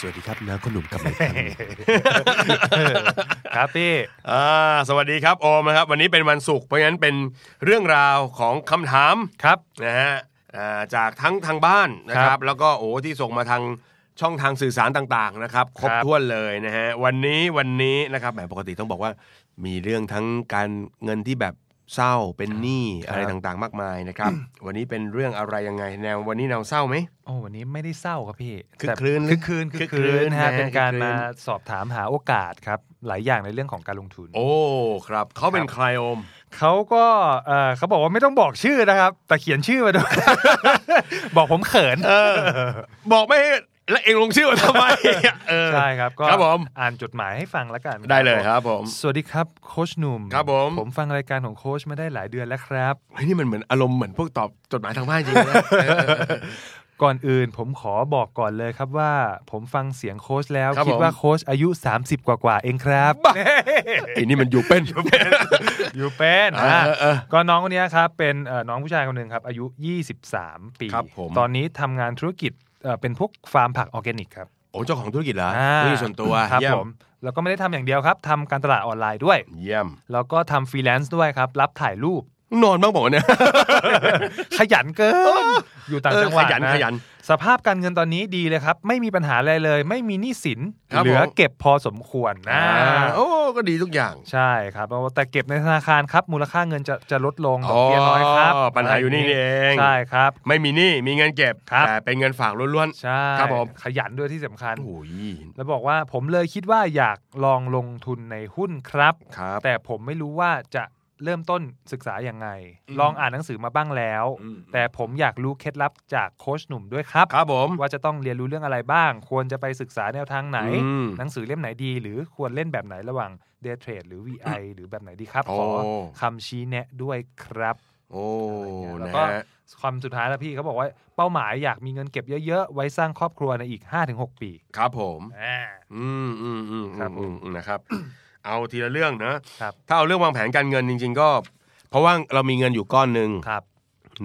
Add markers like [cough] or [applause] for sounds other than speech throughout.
สวัสดีครับน้าคนหนุ่มกับผม [laughs] ครับพี่ อ่าสวัสดีครับโอมนะครับ วันนี้เป็นวันศุกร์เพราะงั้นเป็นเรื่องราวของคำถาม ครับ นะฮะอ่าจากทั้งทางบ้านนะค ครั รั บบ แล้วก็โอ้ที่ส่งมาทางช่องทางสื่อสารต่างๆนะครับ ครบ ครับ ถ้วนเลยนะฮะวันนี้วันนี้นะครับแบบปกติต้องบอกว่ามีเรื่องทั้งการเงินที่แบบเศร้าเป็นหนี้อะไรต่างๆ มากมายนะครับ วันนี้เป็นเรื่องอะไรยังไงแนววันนี้แนวเศร้าไหม โอ้วันนี้ไม่ได้เศร้าครับพี่ คึก แต่ คืน คึกคืนคึกคื คึกคื น น นะฮะ นะ เป็นการ คึกคืน มาสอบถามหาโอกาสครับ หลายอย่างในเรื่องของการลงทุน โอ้ครับเขาเป็นใครโอม เขาก็เอ่อเขาบอกว่าไม่ต้องบอกชื่อนะครับ แต่เขียนชื่อมาด้วย [laughs] บอกผมเขิน เออ บอกไม่ให้แล้วเองลงชื่อมาทำไม [laughs] เออ ใช่ครับ ก็ ครับผม อ่านจดหมายให้ฟังแล้วกัน ได้เลยครับผม สวัสดีครับโคชหนุ่ม ครับผม ผมฟังรายการของโคชมาได้หลายเดือนแล้วครับ เฮ้ยนี่มันเหมือนอารมณ์เหมือนพวกตอบจดหมายทางบ้านจริงนะ ก่อนอื่นผมขอบอกก่อนเลยครับว่า ผมฟังเสียงโค้ชแล้ว ครับ คิดว่า ผม โค้ชอายุ 30 กว่ากว่าๆเองครับ ไอ้นี่มันอยู่เป็น อยู่เป็น เออ นะ เออเออ ก็น้องคนเนี้ยครับเป็นเอ่อน้องผู้ชายคนหนึ่งครับ อายุ 23 ปี ครับผม ตอนนี้ทำงานธุรกิจเอ่อเป็นพวกฟาร์มผักออร์แกนิกครับ โอ้เจ้าของธุรกิจเหรอ อ่า ธุรกิจส่วนตัว ครับ เยี่ย ผมมแล้วก็ไม่ได้ทำอย่างเดียวครับทำการตลาดออนไลน์ด้วย เยี่ยม แล้วก็ทำฟรีแลนซ์ด้วยครับ รับถ่ายรูป นอนบ้างบอกว่าเนี่ย ขยันเกิน อยู่ต่างจังหวัด เออขยันะขยัน สภาพการเงินตอนนี้ดีเลยครับ ไม่มีปัญหาอะไรเลย ไม่มีหนี้สิน ครับผม เหลือเก็บพอสมควรนะ อ่าโอ้ก็ดีทุกอย่าง ใช่ครับแต่เก็บในธนาคารครับ มูลค่าเงินจะจะลดลงดอกเบี้ยน้อยครับ อ๋อปัญหาอยู่นี่นี่เอง ใช่ครับ ไม่มีหนี้มีเงินเก็บ ครับ แต่เป็นเงินฝากล้วน ใช่ ครับผม ขยันด้วยที่สำคัญ ๆโอ้ย แล้วบอกว่าผมเลยคิดว่าอยากลองลงทุนในหุ้นครับ ครับ แต่ผมไม่รู้ว่าจะเริ่มต้นศึกษาอย่างไง ลองอ่านหนังสือมาบ้างแล้ว แต่ผมอยากรู้เคล็ดลับจากโค้ชหนุ่มด้วยครับ ครับผม ว่าจะต้องเรียนรู้เรื่องอะไรบ้าง ควรจะไปศึกษาแนวทางไหน อืม หนังสือเล่มไหนดี หรือควรเล่นแบบไหนระหว่าง Day Trade หรือ VI หรือแบบไหนดีครับ ขอคำชี้แนะด้วยครับ โอ้ อะไรเงี้ยแล้ว นะ ก็ ฮะ ความสุดท้ายแล้วพี่เขาบอกว่าเป้าหมายอยากมีเงินเก็บเยอะ ๆ ไว้สร้างครอบครัวในอีก 5-6 ปี ครับผม อ่า อืมอืมอืม ครับผม อืมอืมนะครับ เอาทีละเรื่องนะครับ ถ้าเอาเรื่องวางแผนการเงินจริง ๆ ก็ เพราะว่าเรามีเงินอยู่ก้อนหนึ่ง ครับ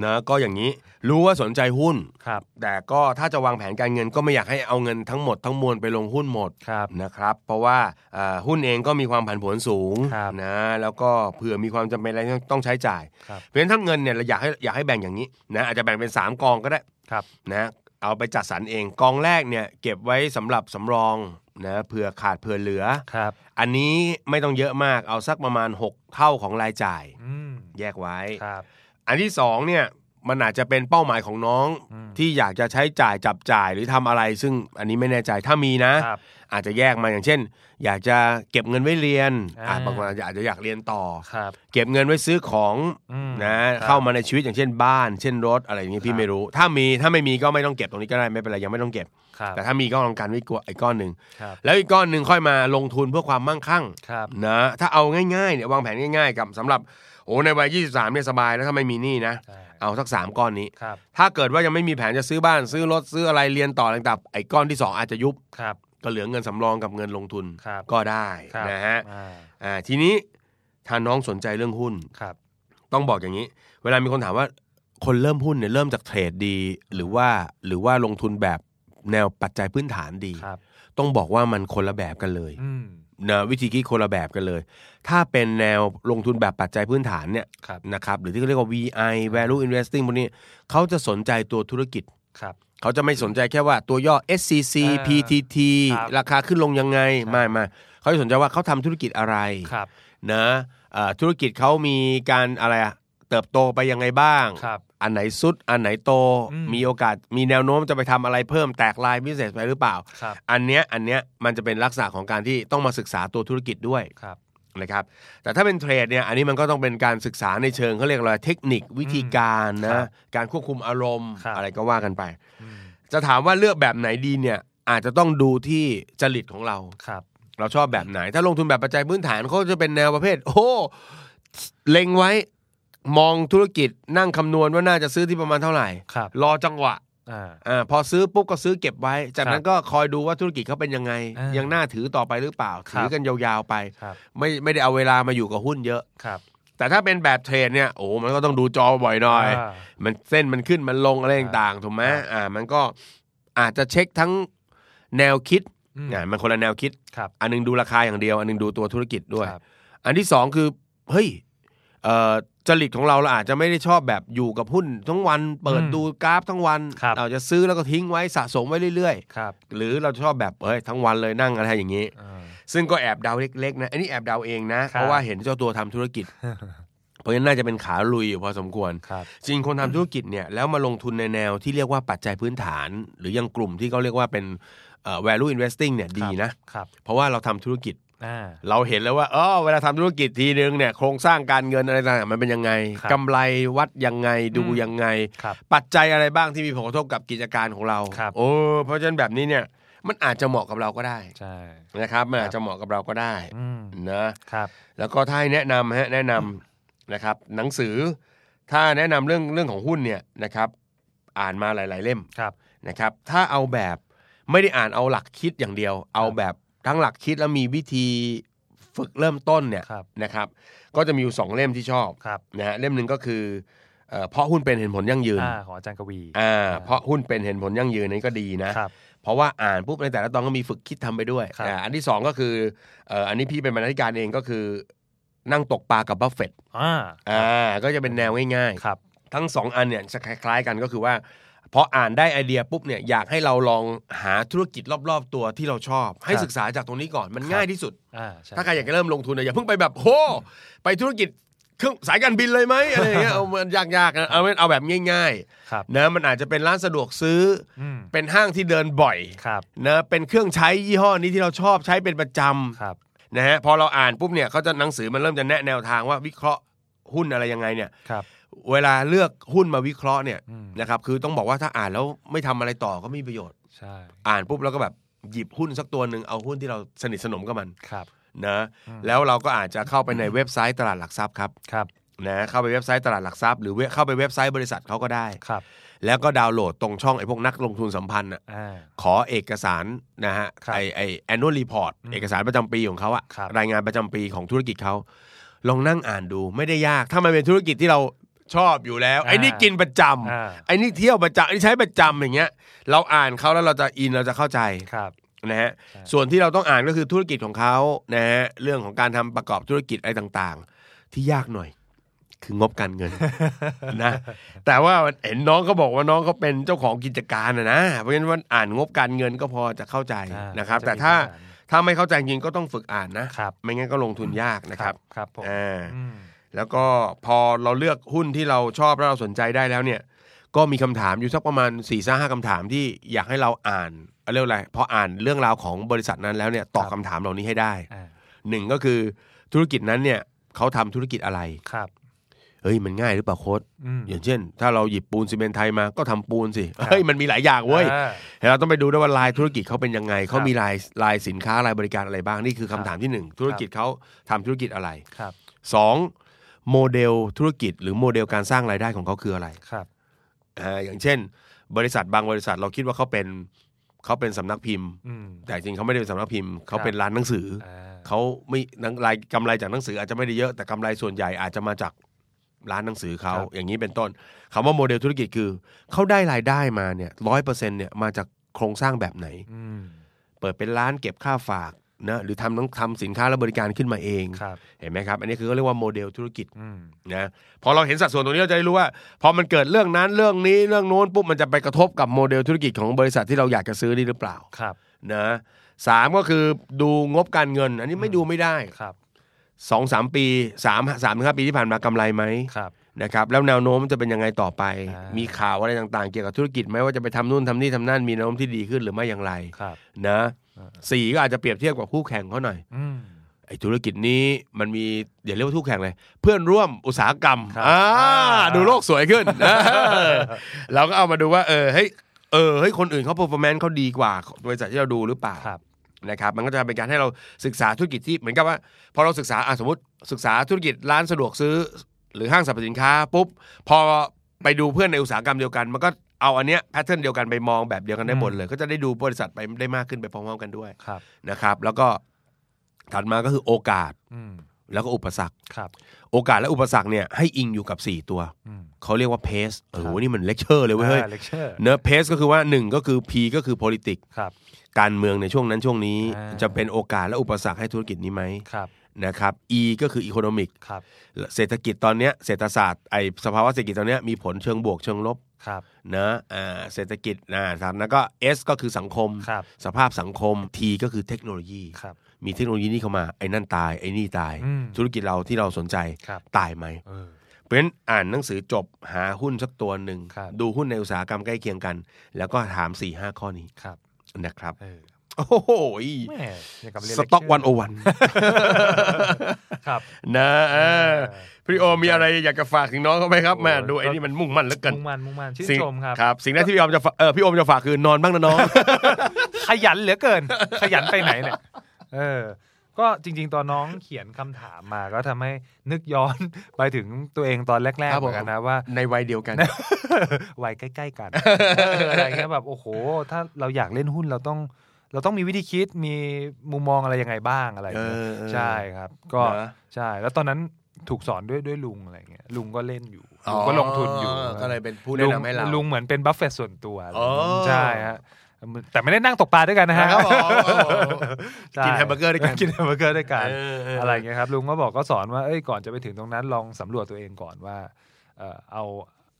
นะก็อย่างนี้ รู้ว่าสนใจหุ้น ครับ แต่ก็ถ้าจะวางแผนการเงินก็ไม่อยากให้เอาเงินทั้งหมดทั้งมวลไปลงหุ้นหมด ครับ นะครับ เพราะว่าเอ่อหุ้นเองก็มีความผันผวนสูง ครับ นะแล้วก็เผื่อมีความจำเป็นอะไรที่ต้องใช้จ่าย ครับ เพราะฉะนั้นถ้าเงินเนี่ยเราอยากให้อยากให้แบ่งอย่างนี้นะอาจจะแบ่งเป็น 3 กองก็ได้ ครับ นะเอาไปจัดสรรเองกองแรกเนี่ยเก็บไว้สำหรับสำรองนะเผื่อขาดเผื่อเหลือ ครับ อันนี้ไม่ต้องเยอะมากเอาสักประมาณ 6 เท่าของรายจ่าย อืม แยกไว้ ครับ อันที่สองเนี่ยมันอาจจะเป็นเป้าหมายของน้อง อืม ที่อยากจะใช้จ่ายจับจ่ายหรือทำอะไรซึ่งอันนี้ไม่แน่ใจถ้ามีนะ ครับ อาจจะแยกมาอย่างเช่น อยากจะเก็บเงินไว้เรียน อ่า อ่ะบางคนอาจจะอาจจะอยากเรียนต่อ ครับ เก็บเงินไว้ซื้อของ อืม นะครับ เข้ามาในชีวิตอย่างเช่นบ้าน เช่นรถอะไรอย่างคนี้รั พี่ บ ไม่รู้ ถ้ามีถ้าไม่มีก็ไม่ต้องเก็บตรงนี้ก็ได้ไม่เป็นไรยังไม่ต้องเก็บ ครับ แต่ถ้ามีก็ลองการไว้กลัวไอ้ก้อนหนึ่ง ครับ แล้วอีกก้อนหนึ่งค่อยมาลงทุนเพื่อความมั่งคั่ง ครับ นะถ้าเอาง่ายๆเนี่ยวางแผนง่ายๆ กับสำหรับโอ้ในวัย 23เนี่ยสบายแล้วถ้าไม่มีหนี้นะ ใช่ เอาสัก 3 ก้อนนี้ ครับ ถ้าเกิดว่ายังไม่มีแผนจะซื้อบ้านซื้อรถซื้ออะไรเรียนต่ออะไรต่างๆไอ้ก้อนที่ 2 อาจจะยุบ ครับ ก็เหลือเงินสำรองกับเงินลงทุน ครับ ก็ได้ ครับ นะฮะ อ่า อ่าทีนี้ถ้าน้องสนใจเรื่องหุ้น ครับ ต้องบอกอย่างนี้ เวลามีคนถามว่าคนเริ่มหุ้นเนี่ยเริ่มจากเทรดดี หรือว่าหรือว่าลงทุนแบบแนวปัจจัยพื้นฐานดี ครับ ต้องบอกว่ามันคนละแบบกันเลย อืม นะวิธีคิดคนละแบบกันเลย ถ้าเป็นแนวลงทุนแบบปัจจัยพื้นฐานเนี่ย ครับ นะครับหรือที่เขาเรียกว่า VI value investing พวกนี้เขาจะสนใจตัวธุรกิจ ครับ เขาจะไม่สนใจแค่ว่าตัวย่อ SCC เออ PTT ครับ ราคาขึ้นลงยังไง ครับ ไม่ไม่เขาจะสนใจว่าเขาทำธุรกิจอะไร ครับ นะเอ่อธุรกิจเขามีการอะไรอะเติบโตไปยังไงบ้าง ครับ อันไหนสุด อันไหนโต อืม มีโอกาสมีแนวโน้มจะไปทำอะไรเพิ่มแตกลายพิเศษไปหรือเปล่า ครับ อันเนี้ยอันเนี้ยมันจะเป็นลักษณะของการที่ต้องมาศึกษาตัวธุรกิจด้วย ครับ นะครับแต่ถ้าเป็นเทรดเนี่ยอันนี้มันก็ต้องเป็นการศึกษาในเชิงเขาเรียกอะไรเทคนิควิธีการ ครั นะ บ การควบคุมอารมณ์ ครับ อะไรก็ว่ากันไป อืม จะถามว่าเลือกแบบไหนดีเนี่ยอาจจะต้องดูที่จริตของเรา ครับ เราชอบแบบไหน ถ้าลงทุนแบบปัจจัยพื้นฐานเขาจะเป็นแนวประเภท โอ้เล็งไว้มองธุรกิจนั่งคำนวณว่าน่าจะซื้อที่ประมาณเท่าไหร่ ครับ รอจังหวะ อ่า อ่าพอซื้อปุ๊บก็ซื้อเก็บไว้ จากนั้ ครั น บ ก็คอยดูว่าธุรกิจเขาเป็นยังไง อ่ายั ยังน่าถือต่อไปหรือเปล่า ครับ ถือกันยาวๆไป ครับ ไม่ไม่ได้เอาเวลามาอยู่กับหุ้นเยอะ ครับ แต่ถ้าเป็นแบบเทรดเนี่ยโอ้มันก็ต้องดูจอบ่อยหน่อย า มันเส้นมันขึ้นมันลงอะไรต่างๆถูกไหม ครับ อ่า มันก็อาจจะเช็คทั้งแนวคิด อืม อ่ามันคนละแนวคิด ครับ อันหนึงดูราคาอย่างเดียว อันหนึงดูตัวธุรกิจด้วย ครับ อันที่สองคือเฮ้ยเอ่อจริตของเราเราอาจจะไม่ได้ชอบแบบอยู่กับหุ้นทั้งวันเปิด อืม ดูกราฟทั้งวัน ครับ เราจะซื้อแล้วก็ทิ้งไว้สะสมไว้เรื่อย ครับ ๆ หรือเราชอบแบบเอ้ยทั้งวันเลยนั่งอะไรอย่างนี้ อ่ [laughs] า ซึ่งก็แอบเดาเล็กๆนะอันนี้แอบเดาเองนะ ครับ เพราะว่าเห็นเจ้าตัวทำธุรกิจ เพราะฉะนั้นน่าจะเป็นขาลุยอยู่พอสมควร ครับ จริงคนทำธุรกิจเนี่ยแล้วมาลงทุนในแนวที่เรียกว่าปัจจัยพื้นฐาน หรือยังกลุ่มที่เขาเรียกว่าเป็นเอ่อ value investing เนี่ยดีนะ ครับ เพราะว่าเราทำธุรกิจ อ่า เราเห็นแล้วว่าเออเวลาทำธุรกิจทีนึงเนี่ยโครงสร้างการเงินอะไรต่างๆมันเป็นยังไง ครับ กำไรวัดยังไงดู อืม ยังไง ครับ ปัจจัยอะไรบ้างที่มีผลกระทบกับกิจการของเรา ครับ โอ้เพราะฉะนั้นแบบนี้เนี่ยมันอาจจะเหมาะกับเราก็ได้ ใช่ นะครับมันคอาจ รับ จะเหมาะกับเราก็ได้ อืม นะ ครับ แล้วก็ถ้าให้แนะนำฮะแนะนำนะครับ หนังสือ ถ้าแนะนำเรื่องเรื่องของหุ้นเนี่ยนะครับ อ่านมาหลาย ๆ เล่ม ครับ นะครับ ถ้าเอาแบบไม่ได้อ่านเอาหลักคิดอย่างเดียว เอาแบบทั้งหลักคิดแล้วมีวิธีฝึกเริ่มต้นเนี่ย ครับ นะครับ ก็จะมีอยู่สองเล่มที่ชอบ ครับ นะฮะเล่มหนึ่งก็คือเอ่อเพราะหุ้นเป็นเห็นผลยั่งยืน อ่าของอาจารย์กวี อ่า า เพราะหุ้นเป็นเห็นผลยั่งยืนนี่ก็ดีนะ ครับ เพราะว่าอ่านปุ๊บในแต่ละตอนก็มีฝึกคิดทำไปด้วย ครับ อ่าอันที่สองก็คือเอ่ออันนี้พี่เป็นบรรณาธิการเองก็คือนั่งตกปลากับบัฟเฟตต์ อ่า อ่าก็จะเป็นแนวง่าย ครับ ๆ ทั้งสองอันเนี่ยจะคล้ายๆกันก็คือว่าพออ่านได้ไอเดียปุ๊บเนี่ยอยากให้เราลองหาธุรกิจรอบๆ ตัวที่เราชอบ ให้ศึกษาจากตรงนี้ก่อนมันง่ายที่สุด อ่าใช่ ถ้าใครอยากจะเริ่มลงทุนเนี่ยอย่าเพิ่งไปแบบโหไปธุรกิจเครื่องสายการบินเลยไหมอะไรอย่างเงี้ยเอามันยากๆนะเอาเป็นเอาแบบง่าย ครับ ๆนะมันอาจจะเป็นร้านสะดวกซื้อ อืม เป็นห้างที่เดินบ่อย ครับ นะเป็นเครื่องใช้ยี่ห้อนี้ที่เราชอบใช้เป็นประจ ครับ ำนะฮะพอเราอ่านปุ๊บเนี่ยเขาจะหนังสือมันเริ่มจะแนะแนวทางว่าวิเคราะห์หุ้นอะไรยังไงเนี่ย ครับ เวลาเลือกหุ้นมาวิเคราะห์เนี่ย อืม นะครับคือต้องบอกว่าถ้าอ่านแล้วไม่ทำอะไรต่อก็ไม่มีประโยชน์ ใช่ อ่านปุ๊บแล้วก็แบบหยิบหุ้นสักตัวหนึ่งเอาหุ้นที่เราสนิทสนมกับมัน ครับ นะแล้วเราก็อาจจะเข้าไปในเว็บไซต์ตลาดหลักทรัพย์ครับ ครับ นะเข้าไปเว็บไซต์ตลาดหลักทรัพย์หรือเว็บเข้าไปเว็บไซต์บริษัทเขาก็ได้ ครับ แล้วก็ดาวน์โหลดตรงช่องไอ้พวกนักลงทุนสัมพันธ์น่ะ อ่า ขอเอกสารนะฮะ ครับ ไอไอ annual report อืม เอกสารประจำปีของเขาอะ ครับ รายงานประจำปีของธุรกิจเขาลองนั่งอ่านดูไม่ได้ยาก ถ้ามันเป็นธุรกิจที่เราชอบอยู่แล้ว อ่า ไอ้นี่กินประจำ อ่า ไอ้นี่เที่ยวประจำไอ้นี่ใช้ประจำอย่างเงี้ย เราอ่านเขาแล้วเราจะอินเราจะเข้าใจ ครับ นะฮะ ใช่ ส่วนที่เราต้องอ่านก็คือธุรกิจของเขานะฮะเรื่องของการทำประกอบธุรกิจอะไรต่างๆ ที่ยากหน่อย คืองบการเงิน นะแต่ว่าเห็นน้องเขาบอกว่าน้องเขาเป็นเจ้าของกิจการนะนะเพราะฉะนั้นว่าอ่านงบการเงินก็พอจะเข้าใจ อ่า นะครับ จะมี แต่ถ้า พื้นฐ ถ้าไม่เข้าใจจริงก็ต้องฝึกอ่านนะ านครับ ไม่งั้นก็ลงทุนยากนะครับ ครับผม อ่า อืม แล้วก็พอเราเลือกหุ้นที่เราชอบแล้วเราสนใจได้แล้วเนี่ย ก็มีคำถามอยู่สักประมาณ4ี่ห้าคำถามที่อยากให้เราอ่านเรียกอะไรพออ่านเรื่องราวของบริษัทนั้นแล้วเนี่ยตอบคำถามเหล่านี้ให้ได้ อ่า หนึ่งก็คือธุรกิจนั้นเนี่ยเขาทำธุรกิจอะไร ครับ เฮ้ยมันง่ายหรือเปล่าโค้ด อืม อย่างเช่น ถ้าเราหยิบปูนซีเมนต์ไทยมาก็ทำปูนสิ ครับ เฮ้ยมันมีหลายอย่างเว้ย อ่า เราต้องไปดูด้วยว่าลายธุรกิจเขาเป็นยังไงเขา ครับ มีลายลายสินค้าลายบริการอะไรบ้างนี่คือคำถามที่หนึ่งธุรกิจเขาทำธุรกิจอะไร ครับ สองโมเดลธุรกิจหรือโมเดลการสร้างรายได้ของเขาคืออะไร ครับ อ่าอย่างเช่น บริษัทบางบริษัทเราคิดว่าเขาเป็นเขาเป็นสำนักพิมพ์ อืม แต่จริงเขาไม่ได้เป็นสำนักพิมพ์เขา ครับ เป็นร้านหนังสือ อ่า เขาไม่นังรายกำไรจากหนังสืออาจจะไม่ได้เยอะแต่กำไรส่วนใหญ่อาจจะมาจากร้านหนังสือเขาอย่างนี้เป็นต้นคำว่าโมเดลธุรกิจคือเขาได้รายได้มาเนี่ยร้อยเปอร์เซ็นเนี่ยมาจากโครงสร้างแบบไหน อืม เปิดเป็นร้านเก็บค่าฝากนะหรือทำต้องทำสินค้าและบริการขึ้นมาเอง ครับ เห็นไหมครับ อันนี้คือเขาเรียกว่าโมเดลธุรกิจ อืม นะพอเราเห็นสัดส่วนตรงนี้เราจะได้รู้ว่า พอมันเกิดเรื่องนั้นเรื่องนี้เรื่องโน้นปุ๊บมันจะไปกระทบกับโมเดลธุรกิจของบริษัทที่เราอยากจะซื้อนี่หรือเปล่า ครับ นะสามก็คือดูงบการเงิน อันนี้ไม่ดูไม่ได้ ครับ สองสามปีสามสามถึงห้าปีที่ผ่านมากำไรไหม ครับ นะครับแล้วแนวโน้มมันจะเป็นยังไงต่อไป อ่ามี มีข่าวอะไรต่างๆ เกี่ยวกับธุรกิจไหมว่าจะไปทำนู่นทำนี่ทำนั่นมีแนวโน้มที่ดีขึ้นหรือไม่อย่างไร ครับ นะสี่ก็อาจจะเปรียบเทียบกับคู่แข่งเขาหน่อย อืม ไอ้ธุรกิจนี้มันมีอย่าเรียกว่าคู่แข่งเลย เพื่อนร่วมอุตสาหกรรม ครับ อ่า อ่า ดูโลกสวย [laughs] ขึ้นเออเราก็เอามาดูว่าเออเฮ้ยเออเฮ้ยคนอื่นเขา performance เขาดีกว่าบริษัทที่เราดูหรือเปล่า ครับ นะครับ มันก็จะเป็นการให้เราศึกษาธุรกิจที่เหมือนกับว่าพอเราศึกษาอ่ะสมมติศึกษาธุรกิจร้านสะดวกซื้อ หรือห้างสรรพสินค้าปุ๊บพอไปดูเพื่อนในอุตสาหกรรมเดียวกัน มันก็เอาอันเนี้ยแพทเทิร์นเดียวกันไปมองแบบเดียวกันได้หมดเลย ก็จะได้ดูบริษัทไปได้มากขึ้นไปพร้อมๆกันด้วย ครับ นะครับ แล้วก็ถัดมาก็คือโอกาส อืม แล้วก็อุปสรรค ครับ โอกาสและอุปสรรคเนี่ยให้อิงอยู่กับ 4 ตัว อืม เขาเรียกว่าเพสโอ้โห ครับ นี่มันเลคเชอร์เลยเว้ยเฮ้ย เลคเชอร์ เนอะเพสก็คือว่า 1 ก็คือ P ก็คือ politics ครับ การเมืองในช่วงนั้นช่วงนี้ อ่า จะเป็นโอกาสและอุปสรรคให้ธุรกิจนี้ไหม ครับ นะครับ E ก็คือ economic ครับ เศรษฐกิจตอนเนี้ยเศรษฐศาสตร์ไอสภาวะเศรษฐกิจตอนเนี้ยมีผลเชิงบวกเชิงลบ ครับ เนอะอ่าเศรษฐกิจนะครับแล้วก็ S ก็คือสังคม ครับ สภาพสังคม T ก็คือเทคโนโลยี ครับ มีเทคโนโลยีนี่เข้ามาไอ้นั่นตายไอ้นี่ตาย อืม ธุรกิจเราที่เราสนใจ ครับ ตายไหม เออ เพราะฉะนั้นอ่านหนังสือจบหาหุ้นสักตัวหนึ่ง ครับ ดูหุ้นในอุตสาหกรรมใกล้เคียงกัน แล้วก็ถาม4ี่ห้าข้อนี้ ครับ นะครับ เออ โอ้โหย แม่อย่างกับเรียน สต็อก lecture วันโอ [laughs] วัน ครับ นะเออพี่โอมีอะไรอยากจะฝากถึงน้องเขาไหมครับแม่ดูไอ้นี่มันมุ่งมั่นเหลือเกิน มุ่งมันมุ่งมันชื่น สิ่ง ชมครับ ครับ สิ่งแรกที่พี่โอมจะฝากเออพี่โอมจะฝากคือนอนบ้างนะน้อง ขยันเหลือเกิน ขยันไปไหนเนี่ยเออ ก็จริง ๆ ตอนน้องเขียนคำถามมาก็ทำให้นึกย้อน ไปถึงตัวเองตอนแรกๆ ครับ เหมือนกันนะว่า [laughs] ในวัยเดียวกัน วัยใกล้ ๆ กัน [laughs] เอออะไรเงี้ยแบบโอ้โห ถ้าเราอยากเล่นหุ้นเราต้อง เราต้องมีวิธีคิดมีมุมมองอะไรยังไงบ้างอะไรเงี้ย เออเออ ใช่ครับ ก็ นะ ใช่แล้วตอนนั้นถูกสอนด้วยด้วยลุงอะไรเงี้ยลุงก็เล่นอยู่ อ๋ ลุงก็ลงทุนอยู่ ก็เลยเป็นผู้แนะนำให้เรา ลุงเหมือนเป็นบัฟเฟตส่วนตัว อ๋อ ใช่ฮะแต่ไม่ได้นั่งตกปลาด้วยกันนะฮะ นะครับผมโอ้โห ใช่ กินแฮมเบอร์เกอร์ด้วยกัน กินแฮมเบอร์เกอร์ด้วยกัน เออเออ อะไรอย่างเงี้ยครับลุงก็บอกก็สอนว่าเอ้ยก่อนจะไปถึงตรงนั้นลองสำรวจตัวเองก่อนว่าเอ่อเอา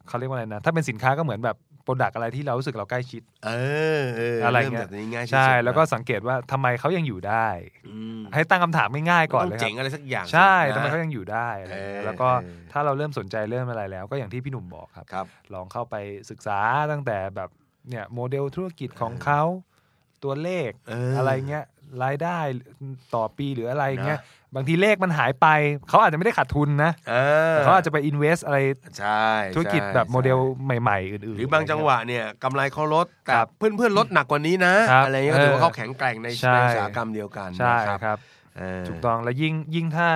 เขาเรียกว่าอะไรนะ ถ้าเป็นสินค้าก็เหมือนแบบโปรดักอะไรที่เรารู้สึกเราใกล้ชิด เออเออ อะไร เริ่ม เงี้ย แบบนี้ง่ายที่สุด ใช่ แล้วก็สังเกตว่าทำไมเขายังอยู่ได้ อืม ให้ตั้งคำถามง่ายๆก่อนเลย ต้ครังเจ๋ บ งอะไรสักอย่าง ใช่ สิทำนะไมเขายังอยู่ได้อะไรอย่างเงี้ย เออ แล้วก็ เออ ถ้าเราเริ่มสนใจเริ่มอะไรแล้ว ก็อย่างที่พี่หนุ่มบอกครับ ครับ ลองเข้าไปศึกษาตั้งแต่แบบเนี่ยโมเดลธุรกิจของเขาตัวเลข เอออ ไรเงี้ยรายได้ต่อปีหรืออะไรเงี้ยบางทีเลขมันหายไป เขาอาจจะไม่ได้ขาดทุนนะแต่เขาอาจจะไปอินเวสอะไร ใช่ ธุรกิจ ใช่ แบบโมเดล ใช่ ใหม่ ๆ อื่นๆ หรือบางจังหวะเนี่ยกำไรเขาลดแต่ ครับ เพื่อนเพื่อนๆลดหนักกว่านี้นะครับอะไรเงี้ยก็ถือเออว่าเขาแข็งแกร่งใน ใช่ ในอุตสาหกรรมเดียวกัน ใช่ นะครับ ครับ เออ ถูกต้องแล้วยิ่งยิ่งถ้า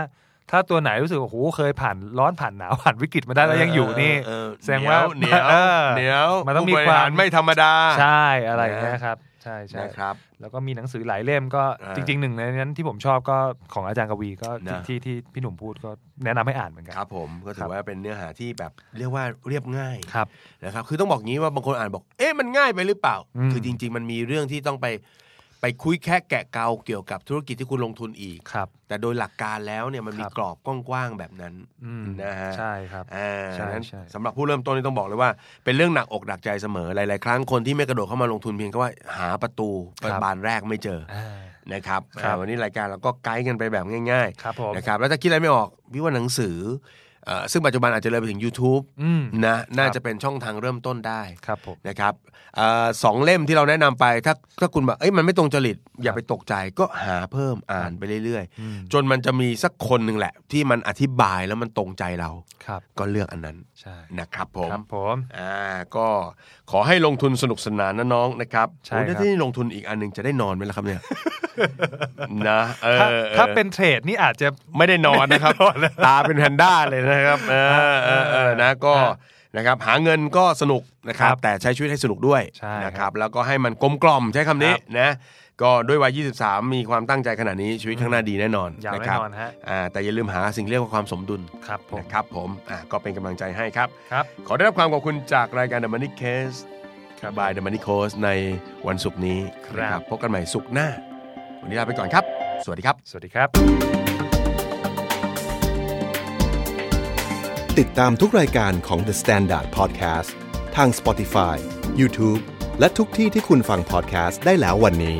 ถ้าตัวไหนรู้สึกว่าโอ้โหเคยผ่านร้อนผ่านหนาวผ่านวิกฤตมาได้แล้วยังอยู่นี่ เออเออ แสดงว่า เหนียว เออ เหนียว มันต้องมี ผู้บริหร ความ ไม่ธรรมดา ใช่อะไรเงี้ยครับใช่ใช่ นะครับ แล้วก็มีหนังสือหลายเล่มก็ อ่า จริงๆหนึ่งในนั้นที่ผมชอบก็ของอาจารย์กวีก็ นะ ที่ที่ที่พี่หนุ่มพูดก็แนะนำให้อ่านเหมือนกัน ครับผมก็ถื ครั อบ ว่าเป็นเนื้อหาที่แบบเรียกว่าเรียบง่าย ครับ นะครับคือต้องบอกงี้ว่าบางคนอ่านบอก เอ๊ะมันง่ายไปหรือเปล่า อืม คือจริง ๆ มันมีเรื่องที่ต้องไปไปคุยแค่แกะเกาเกี่ยวกับธุรกิจที่คุณลงทุนอีก ครับ แต่โดยหลักการแล้วเนี่ยมันมี ครับ กรอบกว้างๆแบบนั้น อืม นะฮะ ใช่ครับ อ่า ใช่ นั้น ใช่ สำหรับผู้เริ่มต้นนี่ต้องบอกเลยว่า เป็นเรื่องหนักอกหนักใจเสมอหลาย ๆ ครั้งคนที่ไม่กระโดดเข้ามาลงทุนเพียงแค่ว่าหาประตูประบานแรกไม่เจอ อ่า นะครับ ครับ อ่าวันนี้รายการเราก็ไกด์กันไปแบบง่าย ครับผม ๆนะครับแล้วถ้าคิดอะไรไม่ออกพี่ว่าหนังสือเอ่อซึ่งปัจจุบันอาจจะเลยไปถึง YouTube อืม นะน่าจะเป็นช่องทางเริ่มต้นได้ ครับผม นะครับเออสองเล่มที่เราแนะนำไปถ้าถ้าคุณแบบเอ้ยมันไม่ตรงจริต อย่าไปตกใจก็หาเพิ่มอ่านไปเรื่อย อืม ๆ จนมันจะมีสักคนหนึ่งแหละ ที่มันอธิบายแล้วมันตรงใจเรา ครับ ก็เลือกอันนั้น ใช่ นะครับผม ครับผม อ่าก็ขอให้ลงทุนสนุกสนานนะน้องนะครับ ใช่ โอ้ยแล้ว ครับ ที่ลงทุนอีกอันหนึ่งจะได้นอนไหมล่ะครับ [laughs] เนี่ย นะเออ ถ้า ออ ถ้าเป็นเทรดนี่อาจจะ ไม่ได้นอน [laughs] นะครับ ตาเป็นแพนด้าเลยนะครับเออเออเออนะก็นะครับหาเงินก็สนุกนะครับ ครับ แต่ใช้ชีวิตให้สนุกด้วย ใช่ นะค ครั รับบ แล้วก็ให้มันกลมกล่อมใช้คำนี้ ครับ นะก็ด้วยวัย 23 มีความตั้งใจขนาดนี้ชีวิตข้างหน้าดีแน่นอน ยาวแน่ ครับ นอนฮะ อ่าแต่อย่าลืมหาสิ่งเรียกว่าความสมดุล ครับผม นะครับผมอ่าก็เป็นกำลังใจให้ครับ ครับ ขอได้รับความขอบคุณจากรายการ The Money Case ครับ by The Money Coach ในวันศุกร์นี้ ครับ นะพบกันใหม่ศุกร์หน้า วันนี้ลาไปก่อนครับ สวัสดีครับ สวัสดีครับ ติดตามทุกรายการของ The Standard Podcast ทาง Spotify, YouTube และทุกที่ที่คุณฟัง podcast ได้แล้ววันนี้